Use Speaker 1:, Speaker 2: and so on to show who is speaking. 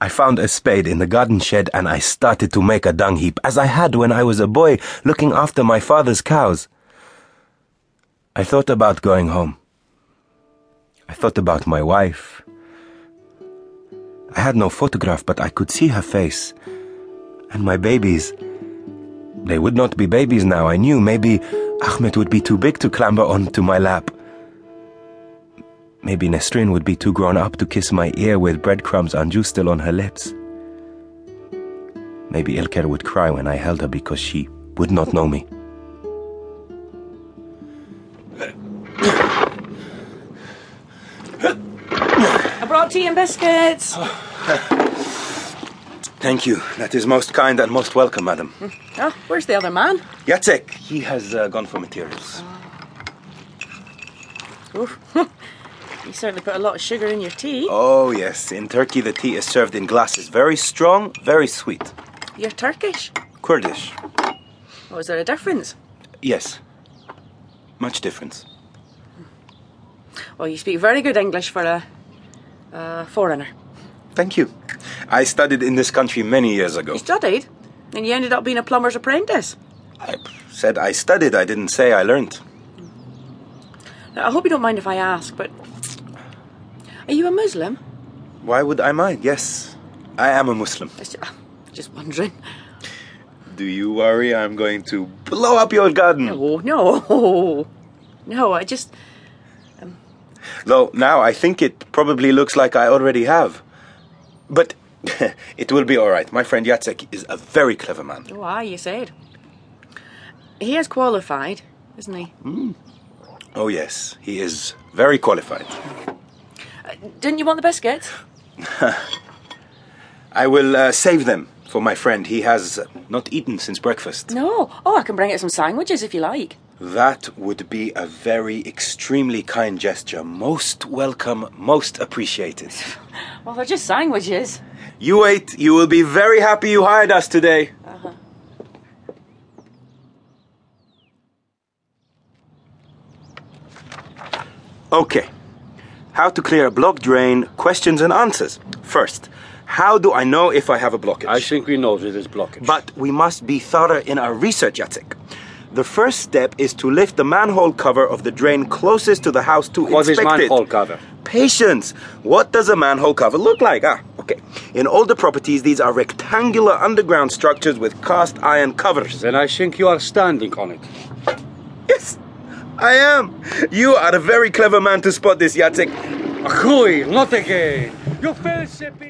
Speaker 1: I found a spade in the garden shed and I started to make a dung heap, as I had when I was a boy looking after my father's cows. I thought about going home. I thought about my wife. I had no photograph, but I could see her face. And my babies. They would not be babies now, I knew. Maybe Ahmed would be too big to clamber onto my lap. Maybe Nestrin would be too grown up to kiss my ear with breadcrumbs and juice still on her lips. Maybe Ilker would cry when I held her because she would not know me.
Speaker 2: I brought tea and biscuits.
Speaker 1: Thank you. That is most kind and most welcome, madam.
Speaker 2: Oh, where's the other man?
Speaker 1: Jacek, he has uh, gone for materials.
Speaker 2: Oof. you certainly put a lot of sugar in your tea.
Speaker 1: Oh, yes. In Turkey, the tea is served in glasses. Very strong, very sweet.
Speaker 2: You're Turkish.
Speaker 1: Kurdish.
Speaker 2: Oh, is there a difference?
Speaker 1: Yes. Much difference.
Speaker 2: Well, you speak very good English for a, a foreigner.
Speaker 1: Thank you. I studied in this country many years ago.
Speaker 2: You studied, and you ended up being a plumber's apprentice.
Speaker 1: I said I studied, I didn't say I learned.
Speaker 2: Now, I hope you don't mind if I ask, but are you a Muslim?
Speaker 1: Why would I mind? Yes, I am a Muslim.
Speaker 2: It's ju- ah, Just wondering.
Speaker 1: Do you worry I'm going to blow up your garden?
Speaker 2: Oh no, no! I just
Speaker 1: Though now I think it probably looks like I already have. But it will be alright. My friend Jacek is a very clever man.
Speaker 2: oh, aye, you said he is qualified, isn't he?
Speaker 1: Oh, yes, he is very qualified.
Speaker 2: Didn't you want the biscuits?
Speaker 1: I will uh, save them for my friend. He has not eaten since breakfast.
Speaker 2: No. Oh, I can bring it some sandwiches if you like.
Speaker 1: That would be a very extremely kind gesture. Most welcome, most appreciated.
Speaker 2: Well, they're just sandwiches.
Speaker 1: You wait, you will be very happy you hired us today. Uh-huh. Okay. How to clear a block drain, questions and answers. First, how do I know if I have a blockage?
Speaker 3: I think we know this is blockage.
Speaker 1: But we must be thorough in our research, Jacek. The first step is to lift the manhole cover of the drain closest to the house to
Speaker 3: what is
Speaker 1: inspect it.
Speaker 3: manhole cover?
Speaker 1: Patience. What does a manhole cover look like? Ah, okay. In older properties, these are rectangular underground structures with cast iron covers.
Speaker 3: Then I think you are standing on it.
Speaker 1: Yes, I am. You are a very clever man to spot this, Jacek.
Speaker 3: Groei, not again. You fell, Seppi.